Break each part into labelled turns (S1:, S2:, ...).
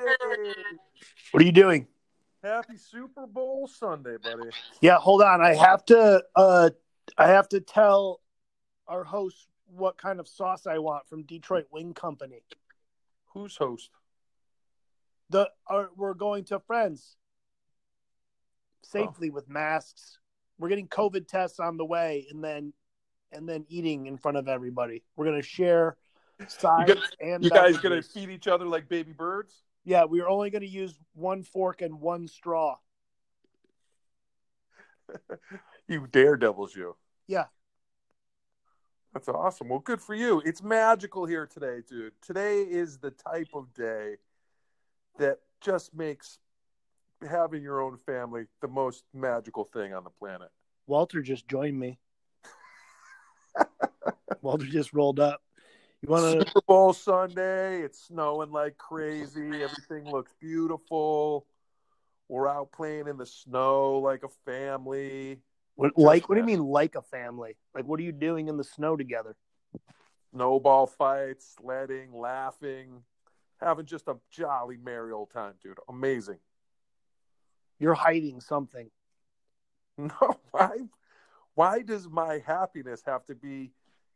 S1: What are you doing?
S2: Happy Super Bowl Sunday, buddy.
S1: Yeah, hold on. I have to. Uh, I have to tell our host what kind of sauce I want from Detroit Wing Company.
S2: Who's host?
S1: The our, we're going to friends safely with masks. We're getting COVID tests on the way, and then and then eating in front of everybody. We're gonna share sides
S2: You got-
S1: and
S2: You guys
S1: beverages.
S2: gonna feed each other like baby birds?
S1: Yeah, we are only going to use one fork and one straw.
S2: You daredevils, you.
S1: Yeah.
S2: That's awesome. Well, good for you. It's magical here today, dude. Today is the type of day that just makes having your own family the most magical thing on the planet.
S1: Walter just joined me. Walter just rolled up. You want to?
S2: Super Bowl Sunday. It's snowing like crazy. Everything looks beautiful. We're out playing in the snow like a family.
S1: Like, what do you mean, like a family? Like, what are you doing in the snow together?
S2: Snowball fights, sledding, laughing, having just a jolly merry old time, dude. Amazing.
S1: You're hiding something.
S2: No, why? Why does my happiness have to be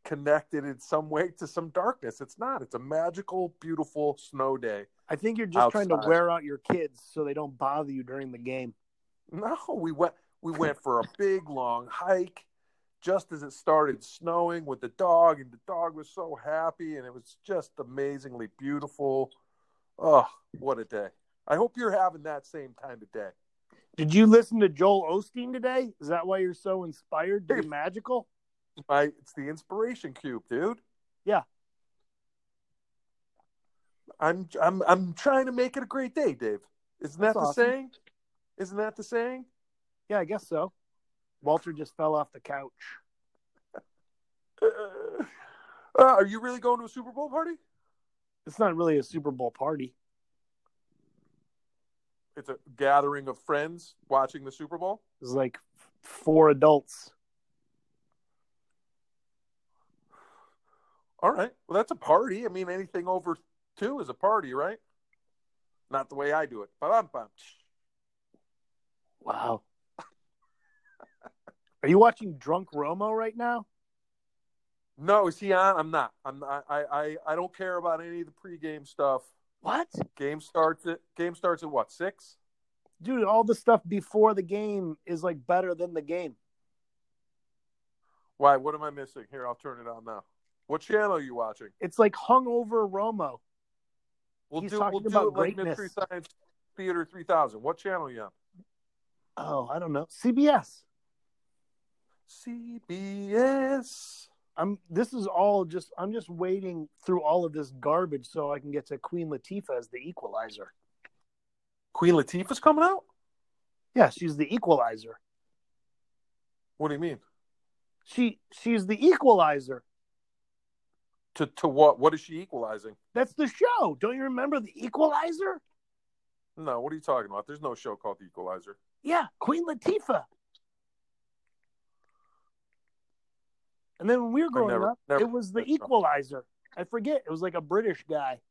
S2: connected in some way to some darkness? It's not. It's a magical, beautiful snow day.
S1: I think you're just trying to
S2: Outside.
S1: wear out your kids so they don't bother you during the game.
S2: No, we went we went for a big long hike just as it started snowing with the dog and the dog was so happy and it was just amazingly beautiful. Oh, what a day. I hope you're having that same kind of day.
S1: Did you listen to Joel Osteen today? Is that why you're so inspired to be magical?
S2: My it's the inspiration cube, dude.
S1: Yeah.
S2: I'm I'm I'm trying to make it a great day, Dave. Isn't that
S1: That's
S2: the
S1: awesome.
S2: saying? Isn't that the saying?
S1: Yeah, I guess so. Walter just fell off the couch.
S2: Uh, are you really going to a Super Bowl party?
S1: It's not really a Super Bowl party.
S2: it's a gathering of friends watching the Super Bowl.
S1: It's like f- four adults.
S2: All right. Well, that's a party. I mean, anything over two is a party, right? Not the way I do it. Ba-dum-bum.
S1: Wow. Are you watching Drunk Romo right now?
S2: No, is he on? I'm not. I'm. I. I. I- I don't care about any of the pregame stuff.
S1: What?
S2: Game starts at. Game starts at what? Six.
S1: Dude, all the stuff before the game is like better than the game.
S2: Why? What am I missing? Here, I'll turn it on now. What channel are you watching?
S1: It's like hungover Romo.
S2: We'll
S1: He's
S2: do.
S1: talking
S2: We'll do it
S1: about
S2: like
S1: greatness.
S2: Mystery Science Theater three thousand. What channel are you on?
S1: Oh, I don't know. CBS.
S2: CBS.
S1: I'm this is all just I'm just waiting through all of this garbage so I can get to Queen Latifah as the equalizer.
S2: Queen Latifah's coming out.
S1: Yeah, she's the equalizer.
S2: What do you mean?
S1: She she's the equalizer.
S2: To to what? What is she equalizing?
S1: That's the show. Don't you remember the equalizer?
S2: No, what are you talking about? There's no show called The Equalizer.
S1: Yeah, Queen Latifah. And then when we were growing
S2: never-
S1: up,
S2: never-
S1: it was the
S2: never-
S1: Equalizer. I forget. It was like a British guy.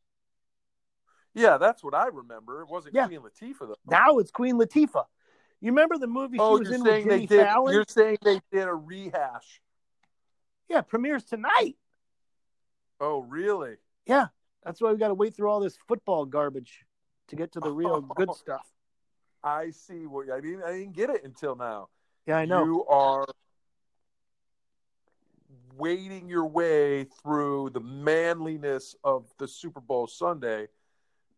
S2: Yeah, that's what I remember. It wasn't
S1: Yeah.
S2: Queen Latifah though.
S1: Now it's Queen Latifah. You remember the movie
S2: oh,
S1: she was
S2: you're
S1: in with
S2: saying they
S1: Jimmy
S2: did.
S1: Fallon?
S2: You're saying they did a rehash.
S1: Yeah, premieres tonight.
S2: Oh, really?
S1: Yeah, that's why we got to wait through all this football garbage to get to the real good stuff.
S2: I see. What I didn't. I didn't get it until now.
S1: Yeah, I know.
S2: You are wading your way through the manliness of the Super Bowl Sunday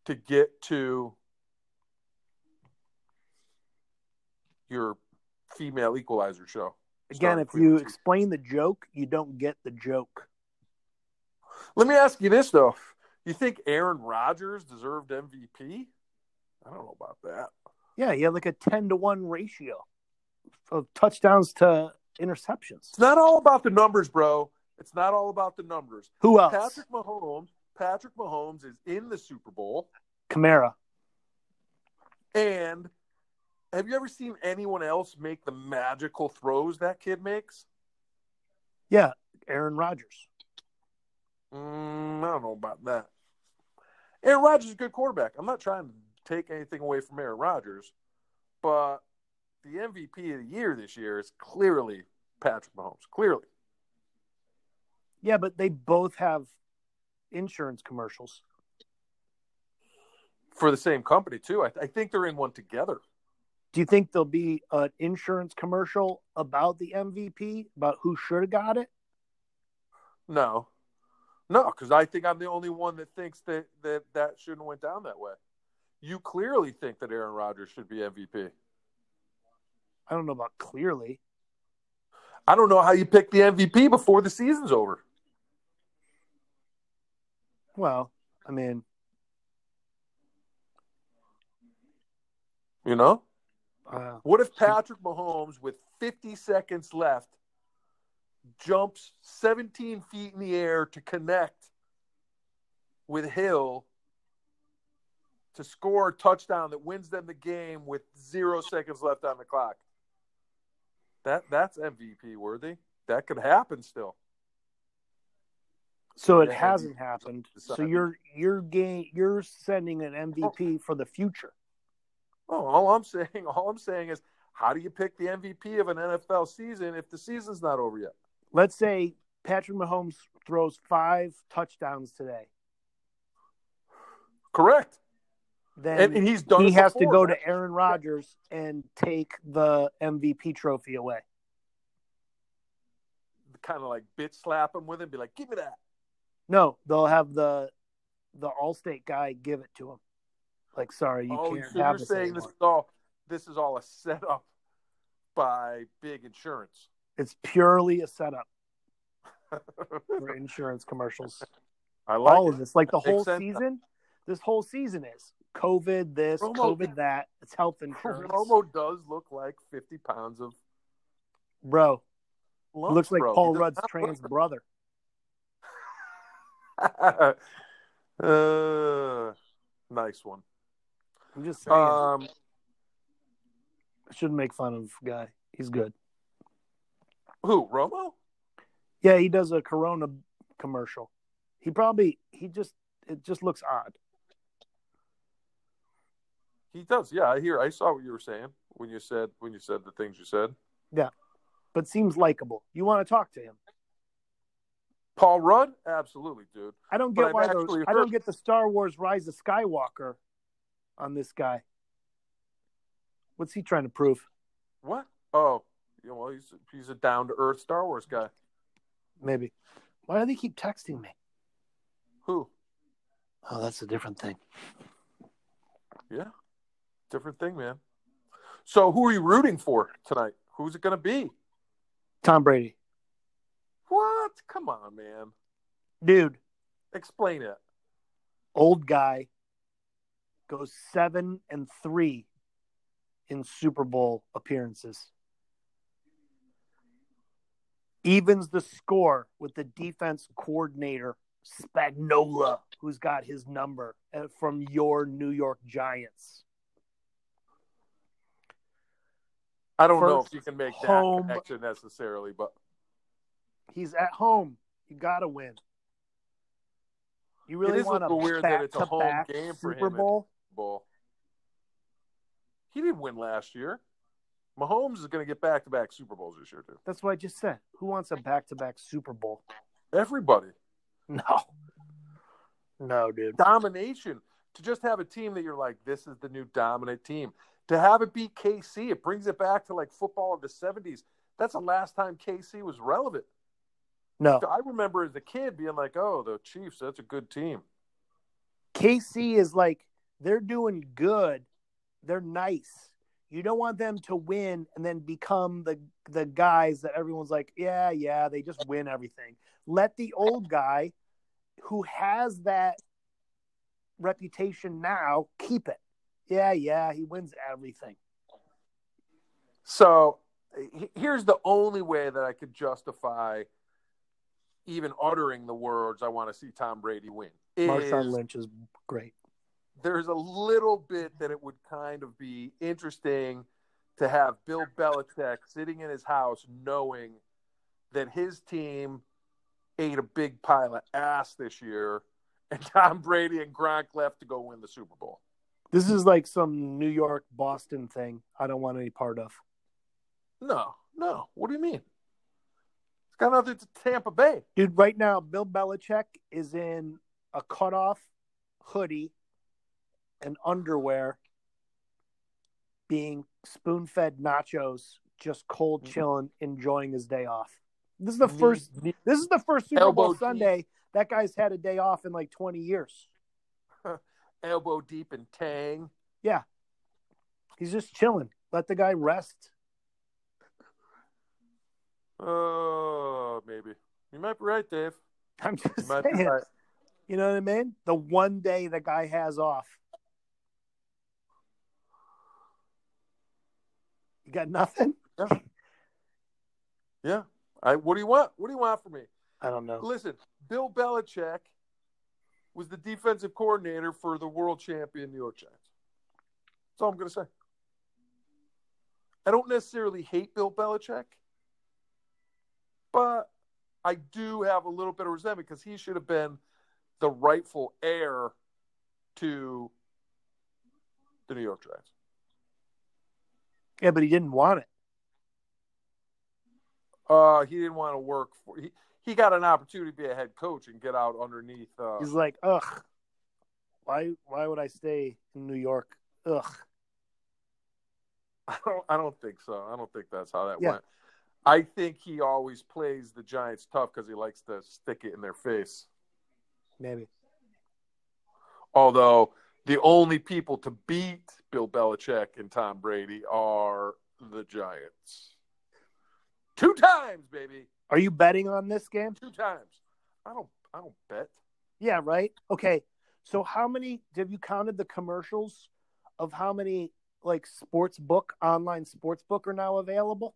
S2: to get to your female equalizer show.
S1: Again,
S2: Starring
S1: if
S2: Queen
S1: you
S2: Latifah.
S1: explain the joke, you don't get the joke.
S2: Let me ask you this though: You think Aaron Rodgers deserved MVP? I don't know about that.
S1: Yeah, he had like a ten to one ratio of touchdowns to interceptions.
S2: It's not all about the numbers, bro. It's not all about the numbers.
S1: Who else?
S2: Patrick Mahomes. Patrick Mahomes is in the Super Bowl,
S1: Kamara.
S2: and have you ever seen anyone else make the magical throws that kid makes?
S1: Yeah, Aaron Rodgers.
S2: Mm, I don't know about that. Aaron Rodgers is a good quarterback. I'm not trying to take anything away from Aaron Rodgers, but the MVP of the year this year is clearly Patrick Mahomes. Clearly.
S1: Yeah, but they both have insurance commercials.
S2: For the same company, too. I, I think they're in one together.
S1: Do you think there'll be an insurance commercial about the MVP, about who should have got it?
S2: No. No, because I think I'm the only one that thinks that, that that shouldn't went down that way. You clearly think that Aaron Rodgers should be MVP.
S1: I don't know about clearly.
S2: I don't know how you pick the MVP before the season's over.
S1: Well, I mean,
S2: You know?
S1: uh,
S2: What if Patrick Mahomes, with 50 seconds left, jumps 17 feet in the air to connect with Hill to score a touchdown that wins them the game with zero seconds left on the clock? That that's MVP worthy. That could happen still.
S1: so it
S2: Yeah,
S1: hasn't happened. So
S2: decided.
S1: you're you're gain, you're sending an MVP for the future.
S2: Oh, all I'm saying, all I'm saying is, how do you pick the MVP of an NFL season if the season's not over yet?
S1: Let's say Patrick Mahomes throws five touchdowns today.
S2: Correct.
S1: Then
S2: And, and he's done.
S1: he
S2: it
S1: has to
S2: before.
S1: go to Aaron Rodgers and take the MVP trophy away.
S2: kind of like bitch slap him with it, be like, "Give me that."
S1: No, they'll have the the Allstate guy give it to him. Like, sorry, you
S2: oh,
S1: can't
S2: so you're
S1: have this
S2: saying this
S1: anymore.
S2: is all this is all a setup by big insurance.
S1: It's purely a setup for insurance commercials.
S2: I like
S1: All
S2: it.
S1: of this, like the
S2: Makes
S1: whole
S2: sense.
S1: season, this whole season is COVID this,
S2: Romo-
S1: COVID that. It's health insurance,
S2: Romo does look like 50 pounds of
S1: bro.
S2: lumps,
S1: looks like
S2: bro. He
S1: Paul
S2: does
S1: Rudd's
S2: not
S1: trans
S2: look-
S1: brother.
S2: uh, nice one.
S1: I'm just saying,
S2: Um,
S1: I shouldn't make fun of guy. He's good.
S2: who Romo?
S1: Yeah, he does a Corona commercial. He probably he just it just looks odd.
S2: He does. Yeah, I hear. I saw what you were saying when you said when you said the things you said.
S1: but seems likable. You want to talk to him.
S2: Paul Rudd, absolutely, dude.
S1: I don't
S2: But
S1: get
S2: I've
S1: why those.
S2: actually
S1: I don't
S2: heard-
S1: get the Star Wars Rise of Skywalker on this guy. What's he trying to prove?
S2: What? Oh, yeah, well, he's he's a down to earth Star Wars guy.
S1: Maybe. Why do they keep texting me?
S2: Who?
S1: Oh, that's a different thing.
S2: Yeah, different thing, man. So, who are you rooting for tonight? Who's it going to be?
S1: Tom Brady,
S2: What? Come on, man.
S1: dude,
S2: Explain it.
S1: old guy, goes seven and three in Super Bowl appearances. Evens the score with the defense coordinator Spagnola, who's got his number uh, from your New York Giants.
S2: I don't know
S1: First
S2: if you can make
S1: home-
S2: that connection necessarily, but
S1: He's at home. You got to win. You
S2: It
S1: really
S2: is a
S1: want
S2: little weird that it's a home
S1: back-to-back
S2: game for him
S1: Super
S2: and-
S1: Bowl?
S2: ball. He didn't win last year. Mahomes is going to get back to back Super Bowls this year, too.
S1: That's what I just said. Who wants a back-to-back Super Bowl?
S2: Everybody.
S1: No. No, dude.
S2: domination to just have a team that you're like, this is the new dominant team. To have it be KC, it brings it back to like football of the 70s. That's the last time KC was relevant.
S1: No.
S2: I remember as a kid being like, oh, the Chiefs, that's a good team.
S1: KC is like they're doing good. They're nice. You don't want them to win and then become the the guys that everyone's like, yeah, yeah, they just win everything. Let the old guy who has that reputation now keep it. Yeah, yeah, he wins everything.
S2: So he- here's the only way that I could justify even uttering the words, I want to see Tom Brady win.
S1: Marshawn
S2: is
S1: Lynch is great.
S2: there's a little bit that it would kind of be interesting to have Bill Belichick sitting in his house knowing that his team ate a big pile of ass this year and Tom Brady and Gronk left to go win the Super Bowl.
S1: This is like some New York Boston thing. I don't want any part of.
S2: No, no. What do you mean? It's got nothing to Tampa Bay.
S1: Dude, right now Bill Belichick is in a cutoff hoodie and underwear, being spoon-fed nachos, just cold
S2: Mhm.
S1: chilling, enjoying his day off. This is the
S2: Knee-
S1: first. This is the first Super
S2: Mm-hmm. Elbow
S1: Bowl
S2: deep.
S1: Sunday that guy's had a day off in like twenty years.
S2: elbow deep in Tang.
S1: He's just chilling. Let the guy rest.
S2: Oh, maybe you might be right, Dave.
S1: I'm
S2: You
S1: just
S2: might be
S1: saying.
S2: right.
S1: You know what I mean? The one day the guy has off. You got nothing?
S2: Yeah. I. What do you want? What do you want from me?
S1: I don't know.
S2: Listen, Bill Belichick was the defensive coordinator for the world champion New York Giants. That's all I'm going to say. I don't necessarily hate Bill Belichick, but I do have a little bit of resentment because he should have been the rightful heir to the New York Giants.
S1: Yeah, but he didn't want it.
S2: Uh, he didn't want to work for he. He got an opportunity to be a head coach and get out underneath. Uh,
S1: He's like, ugh, why why would I stay in New York? Ugh.
S2: I don't. I don't think so. I don't think that's how that
S1: Yeah.
S2: went. I think he always plays the Giants tough because he likes to stick it in their face.
S1: Maybe.
S2: Although the only people to beat Bill Belichick and Tom Brady are the Giants. Two times, baby.
S1: Are you betting on this game?
S2: Two times. I don't. I don't bet.
S1: Yeah, right? Okay. So how many have you counted the commercials of how many like sports book online sports book are now available?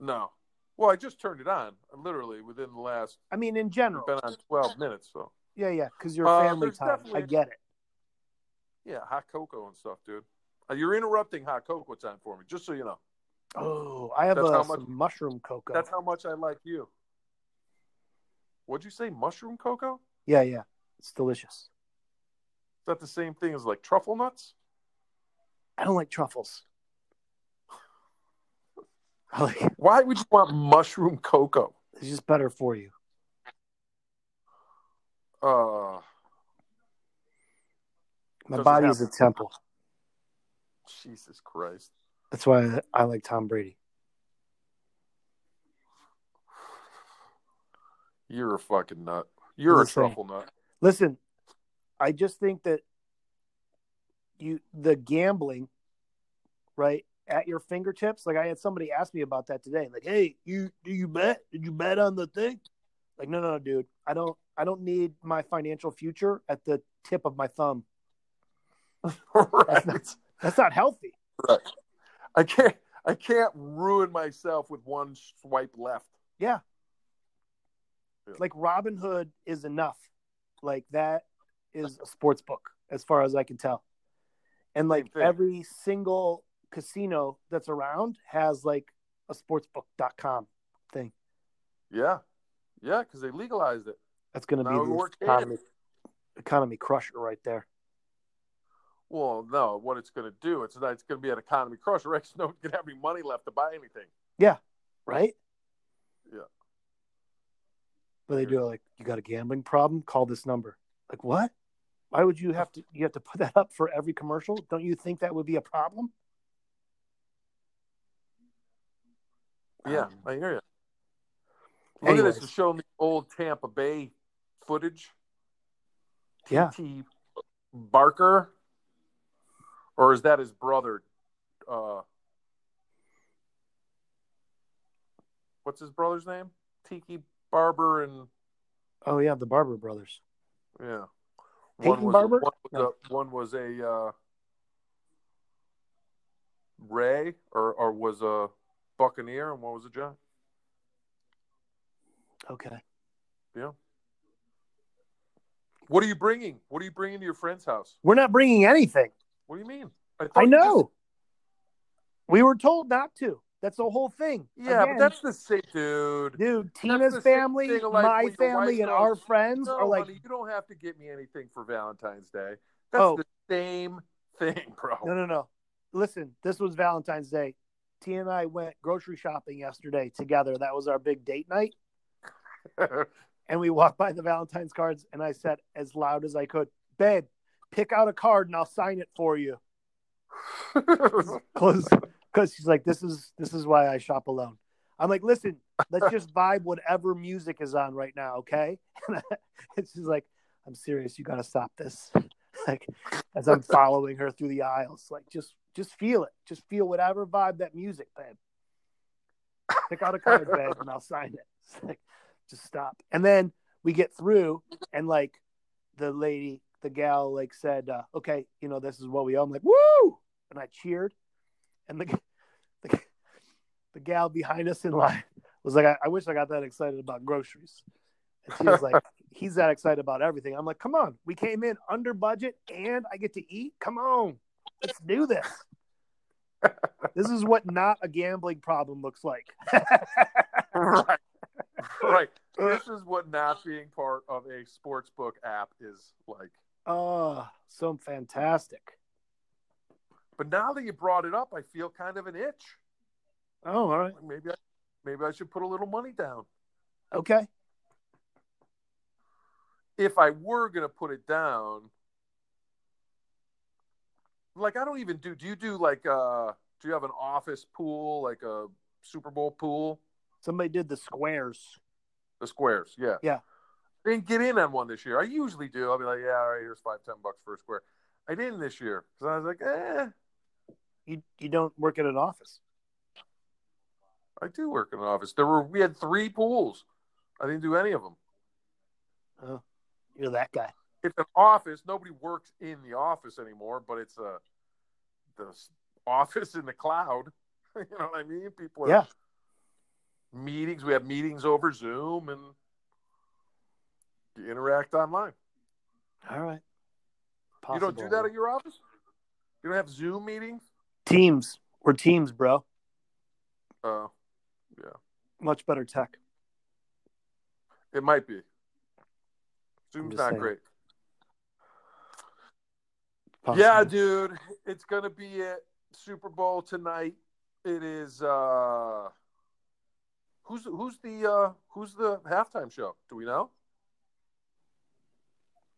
S2: No. Well, I just turned it on literally within the last.
S1: I mean in
S2: I've
S1: general.
S2: been on twelve minutes, so
S1: Yeah, yeah, because your
S2: Uh,
S1: family
S2: there's
S1: time. I
S2: definitely-
S1: get it.
S2: yeah, hot cocoa and stuff, dude. Uh, You're interrupting hot cocoa time for me, just so you know.
S1: Oh, I have
S2: That's
S1: uh,
S2: how much-
S1: some mushroom cocoa.
S2: That's how much I like you. What'd you say? Mushroom cocoa? Is
S1: Yeah, yeah, it's delicious.
S2: that the same thing as like truffle nuts?
S1: I don't like truffles. I like it's
S2: Why would you want mushroom cocoa?
S1: just better for you.
S2: Uh,
S1: My
S2: Doesn't
S1: body is a
S2: happen.
S1: temple.
S2: Jesus Christ.
S1: That's why I like Tom Brady.
S2: You're a fucking nut. You're a
S1: Listen.
S2: truffle nut.
S1: Listen, I just think that you the gambling, right, at your fingertips. Like I had somebody ask me about that today. Like, hey, you do you bet? Did you bet on the thing? Like, no, no, no, dude. I don't I don't need my financial future at the tip of my thumb.
S2: right.
S1: That's not healthy.
S2: right. I can't I can't ruin myself with one swipe left.
S1: Like Robin Hood is enough. Like that is a sports book, as far as I can tell. And like
S2: Same thing.
S1: every single casino that's around has like a sportsbook.com thing.
S2: Yeah. Yeah, because they legalized it.
S1: That's gonna
S2: Now
S1: be
S2: we're
S1: the
S2: kidding.
S1: economy, economy crusher right there.
S2: Well, no, what it's going to do, it's, it's going to be an economy crush, right? 'Cause No one's going to have any money left to buy anything.
S1: Right?
S2: Yeah.
S1: But they do it like you got a gambling problem, call this number. Like what? Why would you have to you have to put that up for every commercial? Don't you think that would be a problem? I
S2: Yeah,
S1: don't know.
S2: I hear you. Look
S1: Um,
S2: at
S1: Anyways.
S2: this. It's showing the old Tampa Bay footage.
S1: Yeah.
S2: T. Barker, or is that his brother? Uh, what's his brother's name? Tiki Barber and
S1: Oh yeah, the Barber brothers.
S2: yeah.
S1: Peyton
S2: was,
S1: Barber?
S2: One was,
S1: No.
S2: a, one was a uh, Ray, or or was a Buccaneer, and one was a Giant.
S1: Okay.
S2: Yeah. What are you bringing? What are you bringing to your friend's house?
S1: We're not bringing anything.
S2: What do you mean? thought
S1: I
S2: you
S1: know. We were told not to. That's the whole thing.
S2: just- yeah,
S1: Again,
S2: but that's the same, dude.
S1: dude.
S2: that's
S1: Tina's
S2: the same
S1: family,
S2: thing, like,
S1: my
S2: when your wife
S1: family, and
S2: goes,
S1: our friends
S2: No,
S1: are like,
S2: honey, you don't have to get me anything for Valentine's Day. That's
S1: Oh.
S2: the same thing, bro.
S1: No, no, no. Listen, this was Valentine's Day. T and I went grocery shopping yesterday together. That was our big date night. And we walked by the Valentine's cards, and I said as loud as I could, Babe, pick out a card and I'll sign it for you. Cause, cause she's like, This is this is why I shop alone. I'm like, listen, let's just vibe whatever music is on right now, okay? And, she's like, I'm serious, you gotta stop this. Like as I'm following her through the aisles, like just just feel it. Just feel whatever vibe that music, babe. Pick out a card, babe, and I'll sign it. It's like, just stop. And then we get through and like the lady, the gal like said, uh, okay, you know, this is what we owe. I'm like, woo! And I cheered. And the the, the gal behind us in line was like, I, I wish I got that excited about groceries. And she was like, he's that excited about everything. I'm like, come on, we came in under budget and I get to eat. Come on, let's do this. this is what not a gambling problem looks like.
S2: Oh. right. Right. This is what not being part of a sports book app is like.
S1: Oh, so fantastic.
S2: But now that you brought it up, I feel kind of an itch.
S1: Oh, all right.
S2: Maybe I, maybe I should put a little money down.
S1: Okay.
S2: If I were going to put it down, like I don't even do. Do you do like uh do you have an office pool, like a Super Bowl pool?
S1: Somebody did the squares.
S2: The squares, yeah.
S1: Yeah.
S2: Didn't get in on one this year. I usually do. I'll be like, yeah, all right, here's five, ten bucks for a square. I didn't this year because I was like, eh,
S1: You you don't work at an office.
S2: I do work in an office. There were we had three pools. I didn't do any of them.
S1: You're that guy.
S2: It's an office. Nobody works in the office anymore, but it's a the s- office in the cloud. you know what I mean? People are
S1: Yeah.
S2: meetings. We have meetings over Zoom and you interact online.
S1: All right.
S2: You don't do that at your office. You don't have Zoom meetings.
S1: teams. We're teams, bro.
S2: Uh,
S1: Much better tech.
S2: It might be. Zoom's
S1: just
S2: not
S1: saying.
S2: great.
S1: Possible.
S2: Yeah, dude. It's gonna be it. Super Bowl tonight. It is uh who's who's the uh who's the halftime show? Do we know?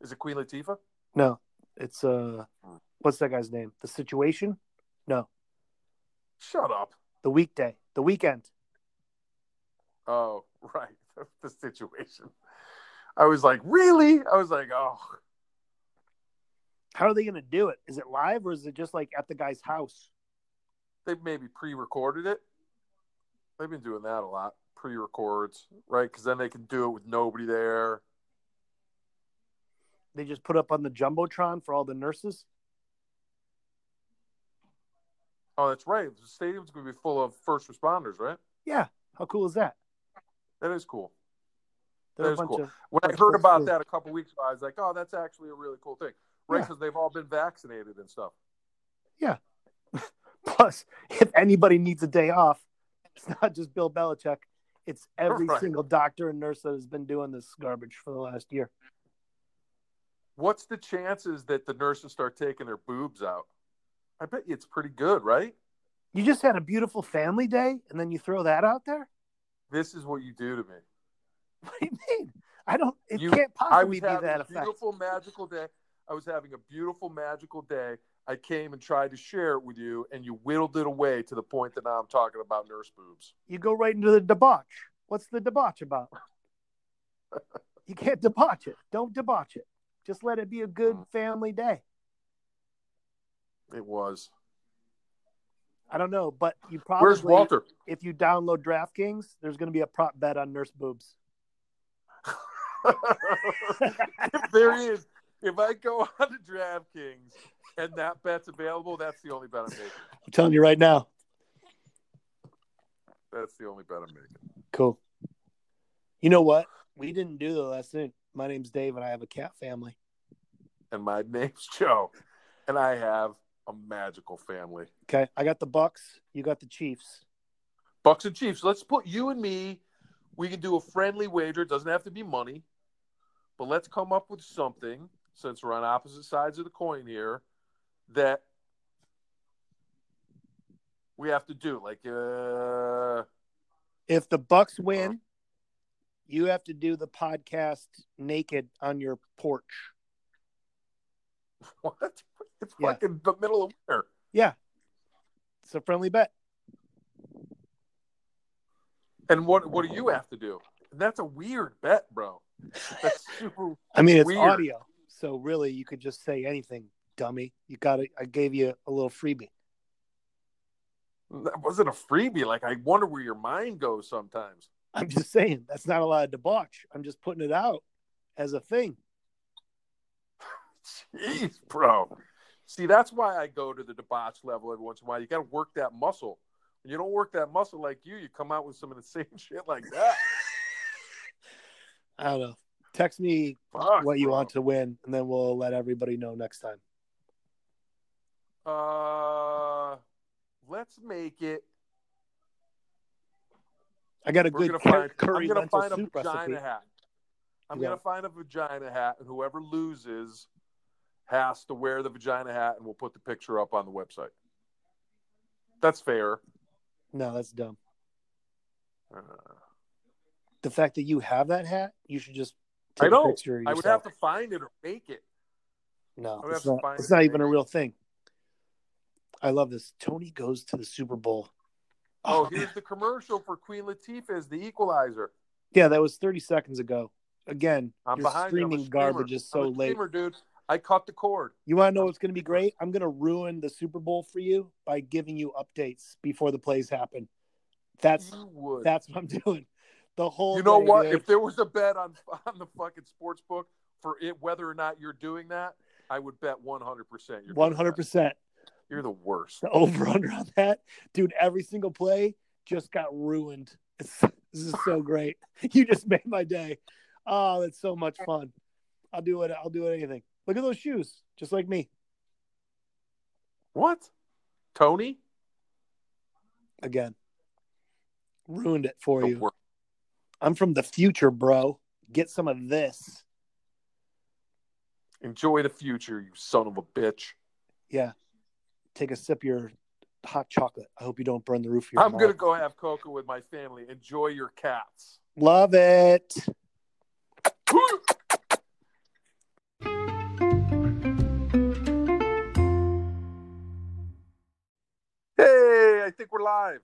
S2: Is it Queen Latifah?
S1: No, it's uh, what's that guy's name? The situation? No,
S2: Shut up.
S1: the weekday, the weekend.
S2: Oh, right. the situation. I was like, really? I was like, oh
S1: How are they gonna do it? Is it live or is it just like at the guy's house?
S2: they maybe pre-recorded it. They've been doing that a lot, pre-records, right? Because then they can do it with nobody there.
S1: They just put up on the jumbotron for all the nurses.
S2: Oh, that's right. The stadium's going to be full of first responders, right?
S1: Yeah, how cool is that?
S2: That is cool.
S1: There are a
S2: That is
S1: bunch
S2: cool.
S1: of
S2: When I
S1: That's
S2: heard
S1: cool,
S2: about
S1: too.
S2: that a couple weeks ago, I was like, oh, that's actually a really cool thing, right?
S1: Yeah.
S2: Because they've all been vaccinated and stuff.
S1: plus. If anybody needs a day off, it's not just Bill Belichick. It's every
S2: Right.
S1: single doctor and nurse that has been doing this garbage for the last year.
S2: What's the chances that the nurses start taking their boobs out? I bet you it's pretty good, right?
S1: You just had a beautiful family day, and then you throw that out there.
S2: This is what you do to me.
S1: What do you mean? I don't. It
S2: You-
S1: can't
S2: I
S1: possibly
S2: was
S1: be
S2: having
S1: that
S2: a
S1: effect.
S2: beautiful, magical day. I was having a beautiful, magical day. I came and tried to share it with you, and you whittled it away to the point that now I'm talking about nurse boobs.
S1: You go right into the debauch. What's the debauch about? you can't debauch it. Don't debauch it. Just let it be a good
S2: Mm.
S1: family day.
S2: It was.
S1: I don't know, but you probably
S2: Where's Walter?
S1: if you download DraftKings, there's going to be a prop bet on nurse boobs.
S2: if there is, if I go on to DraftKings and that bet's available, that's the only bet I'm making.
S1: I'm telling you right now.
S2: That's the only bet I'm making.
S1: Cool. You know what? We didn't do the lesson. My name's Dave, and I have a cat family.
S2: And my name's Joe, and I have a magical family.
S1: Okay, I got the Bucks. You got the Chiefs.
S2: Bucks and Chiefs. Let's put you and me. We can do a friendly wager. It doesn't have to be money, but let's come up with something since we're on opposite sides of the coin here, that we have to do. Like, uh,
S1: If the Bucks win, you have to do the podcast naked on your porch.
S2: what? It's
S1: Yeah.
S2: like in the middle of winter.
S1: It's a friendly bet.
S2: And what what do you have to do? That's a weird bet, bro. That's super.
S1: I mean, it's
S2: Weird.
S1: audio, so really you could just say anything, dummy. You got it. I gave you a little freebie.
S2: That wasn't a freebie. Like, I wonder where your mind goes sometimes.
S1: I'm just saying that's not a lot of debauch. I'm just putting it out as a thing.
S2: Jeez, bro. See, that's why I go to the debauch level every once in a while. You got to work that muscle. When you don't work that muscle like you, you come out with some of the same shit like that.
S1: I don't know. Text me
S2: Fuck,
S1: what you
S2: bro.
S1: want to win, and then we'll let everybody know next time.
S2: Uh, let's make it.
S1: I got a
S2: We're
S1: good
S2: gonna find. I'm
S1: curry
S2: gonna
S1: lentil
S2: find a
S1: soup
S2: vagina
S1: recipe.
S2: hat. I'm
S1: Yeah.
S2: gonna find a vagina hat, and whoever loses has to wear the vagina hat, and we'll put the picture up on the website. That's fair.
S1: No, that's dumb.
S2: Uh,
S1: The fact that you have that hat, you should just
S2: I
S1: take a
S2: don't.
S1: picture of
S2: I would
S1: yourself.
S2: have to find it or make it.
S1: No,
S2: I would
S1: it's
S2: have to
S1: not,
S2: find
S1: it's
S2: it.
S1: not even a real thing. I love this. Tony goes to the Super Bowl.
S2: Oh,
S1: man.
S2: here's the commercial for Queen Latifah as the equalizer.
S1: yeah, that was 30 seconds ago. Again,
S2: I'm
S1: your
S2: behind you. I'm a
S1: streaming garbage
S2: streamer.
S1: is so
S2: I'm a
S1: late.
S2: Streamer, dude. I caught the cord.
S1: You want to know
S2: I'm
S1: what's going to be great? I'm going to ruin the Super Bowl for you by giving you updates before the plays happen. That's
S2: you would.
S1: that's what I'm doing. The whole
S2: you know
S1: day,
S2: what?
S1: dude.
S2: If there was a bet on on the fucking sports book for it, whether or not you're doing that, I would bet 100. percent You're
S1: One hundred
S2: percent.
S1: percent.
S2: You're the worst.
S1: The over under on that, dude. Every single play just got ruined. It's, this is so great. You just made my day. Oh, that's so much fun. I'll do it. I'll do it. Anything. Look at those shoes, just like me.
S2: What? Tony?
S1: Again, ruined it for
S2: The
S1: you.
S2: worst.
S1: I'm from the future, bro. Get some of this.
S2: Enjoy the future, you son of a bitch.
S1: Yeah. Take a sip of your hot chocolate. I hope you don't burn the roof of your
S2: I'm
S1: mouth.
S2: gonna go have cocoa with my family. Enjoy your cats.
S1: Love it.
S2: Hey, I think we're live.